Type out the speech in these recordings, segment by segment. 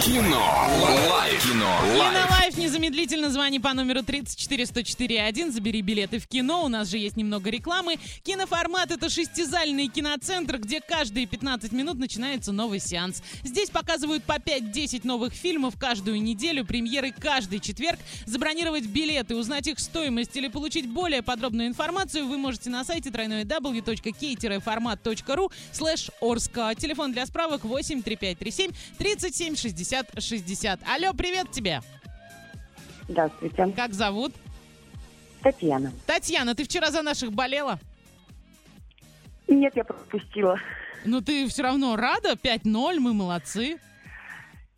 Кино. Лайф. Кино. Лайф. Кинолайф, незамедлительно звони по номеру 34104.1, забери билеты в кино, у нас же есть немного рекламы. Киноформат — это шестизальный киноцентр, где каждые 15 минут начинается новый сеанс. Здесь показывают по 5-10 новых фильмов каждую неделю, премьеры каждый четверг. Забронировать билеты, узнать их стоимость или получить более подробную информацию вы можете на сайте www.k-format.ru слэш Орска. Телефон для справок 83537 37 60 60. Алло, привет тебе! Здравствуйте, Как зовут? Татьяна. Татьяна, ты вчера за наших болела? Нет, я пропустила. Ну ты все равно рада? 5-0, мы молодцы.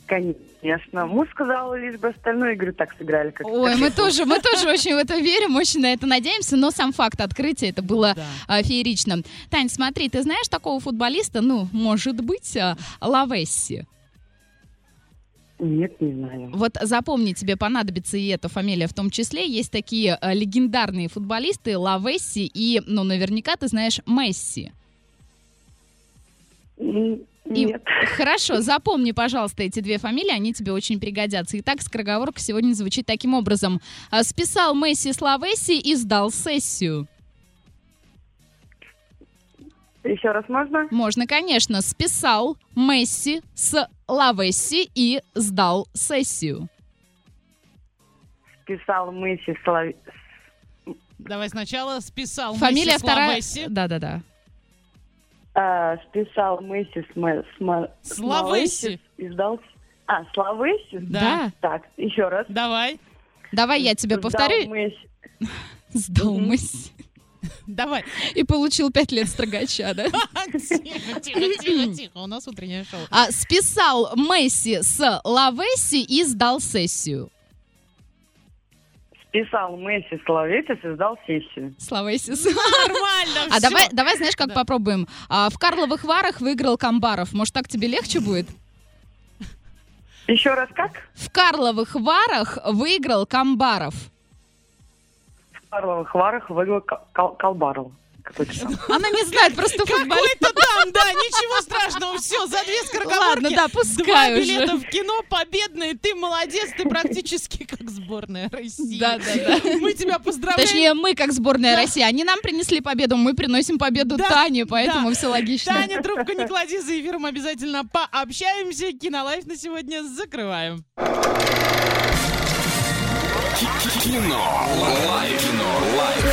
Конечно. Муж сказал, лишь бы остальное, игры так сыграли. Как Ой, как мы я. тоже, мы тоже очень в это верим, очень на это надеемся, но сам факт открытия это было Да. а, феерично. Тань, смотри, ты знаешь такого футболиста, ну, может быть, а, Лавесси. Нет, не знаю. Вот запомни, тебе понадобится и эта фамилия в том числе. Есть такие а, легендарные футболисты Лавесси и, ну, наверняка ты знаешь Месси. М, И- Нет. Хорошо, запомни, пожалуйста, эти две фамилии, они тебе очень пригодятся. Итак, скороговорка сегодня звучит таким образом. А, Списал Месси с Лавесси и сдал сессию. Еще раз можно? Можно, конечно, списал Месси с Лавесси и сдал сессию. Писал мысли с Лав- Давай сначала списал. Фамилия Месси с вторая. Лавесси. Да-да-да. а, списал мысли с Ма- с Ма- с Славеси. Малесис и сдал... А, Славеси? Да. Так, еще раз. Давай, Давай я тебе Сдал повторю. мысли. Сдал Мгм. Месси. давай. И получил пять лет строгача, да? Тихо, тихо, тихо, тихо. У нас утреннее шоу. А, списал Месси с Лавесси и сдал сессию. Списал мысли с Лавесис и сдал сессию. С Лавесси. с- Нормально. А Ну, всё. давай, давай, знаешь, как Да. попробуем. А, в Карловых Варах выиграл Камбаров. Может, так тебе легче будет? Еще раз как? В Карловых Варах выиграл Камбаров. В Карловых Варах выиграл Кал- Кал- Колбарл. Какой-то там. Она не знает просто футбол. Какой-то там, да, ничего страшного, все, за две скороговорки. Ладно, Два да, пускай уже. билета в кино, победные, ты молодец, ты практически как сборная России. Да, да, да. Мы тебя поздравляем. Точнее, мы как сборная России. Они нам принесли победу, мы приносим победу Да, Тане, поэтому все логично. Таня, трубку не клади, за эфиром обязательно пообщаемся. Кинолайф на сегодня закрываем. Кино. Лайф. Кино. Лайф.